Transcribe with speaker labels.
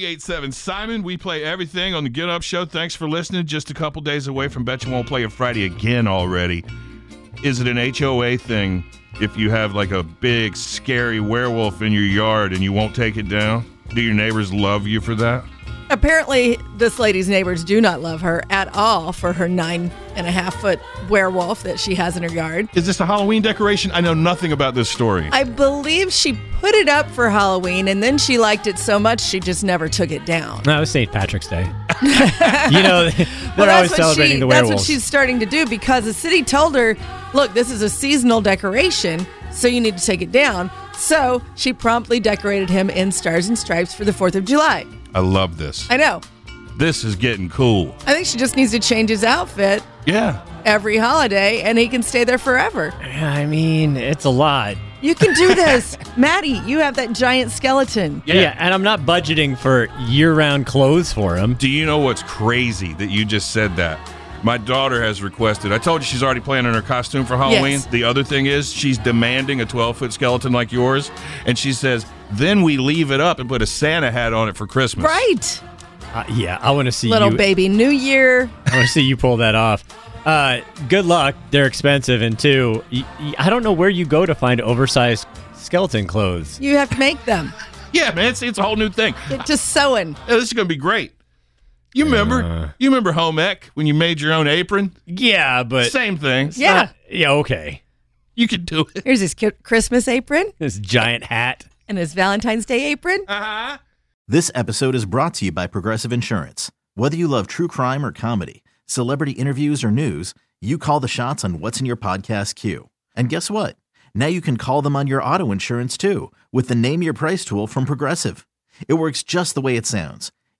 Speaker 1: 98.7 Simon, we play everything on the Get Up Show. Thanks for listening. Just a couple days away from Bet You Won't Play It Friday again already. Is it an HOA thing if you have like a big, scary werewolf in your yard and you won't take it down? Do your neighbors love you for that?
Speaker 2: Apparently, this lady's neighbors do not love her at all for her nine and a half foot werewolf that she has in her yard.
Speaker 1: Is this a Halloween decoration? I know nothing about this story.
Speaker 2: I believe she put it up for Halloween and then she liked it so much she just never took it down.
Speaker 3: No, it was St. Patrick's Day. you know, they're always
Speaker 2: what
Speaker 3: celebrating
Speaker 2: she,
Speaker 3: the
Speaker 2: That's
Speaker 3: werewolves.
Speaker 2: what she's starting to do because the city told her, look, this is a seasonal decoration, so you need to take it down. So she promptly decorated him in stars and stripes for the 4th of July.
Speaker 1: I love this.
Speaker 2: I know.
Speaker 1: This is getting cool.
Speaker 2: I think she just needs to change his outfit
Speaker 1: Yeah.
Speaker 2: every holiday and he can stay there forever.
Speaker 3: I mean, it's a lot.
Speaker 2: You can do this. Maddie, you have that giant skeleton.
Speaker 3: Yeah. and I'm not budgeting for year-round clothes for him.
Speaker 1: Do you know what's crazy that you just said that? My daughter has requested. I told you she's already planning her costume for Halloween.
Speaker 2: Yes.
Speaker 1: The other thing is she's demanding a 12 foot skeleton like yours, and she says then we leave it up and put a Santa hat on it for Christmas.
Speaker 2: Right.
Speaker 3: Uh, yeah, I want to see
Speaker 2: Little
Speaker 3: you.
Speaker 2: baby New Year.
Speaker 3: I want to see you pull that off. Uh, good luck. They're expensive, and two, y- y- I don't know where you go to find oversized skeleton clothes.
Speaker 2: You have to make them.
Speaker 1: Yeah, man, it's, it's a whole new thing.
Speaker 2: Get to sewing.
Speaker 1: Oh, this is gonna be great. You remember? you remember home ec when you made your own apron?
Speaker 3: Yeah, but
Speaker 1: Same thing.
Speaker 2: Yeah.
Speaker 3: Uh, yeah, okay.
Speaker 1: you can do it.
Speaker 2: Here's his ki- Christmas apron
Speaker 3: This giant hat.
Speaker 2: and his Valentine's Day apron.
Speaker 1: Uh-huh.
Speaker 4: This episode is brought to you by Progressive Insurance. Whether you love true crime or comedy, celebrity interviews or news, you call the shots on what's in your podcast queue. And guess what? Now you can call them on your auto insurance too with the Name Your Price tool from Progressive. It works just the way it sounds.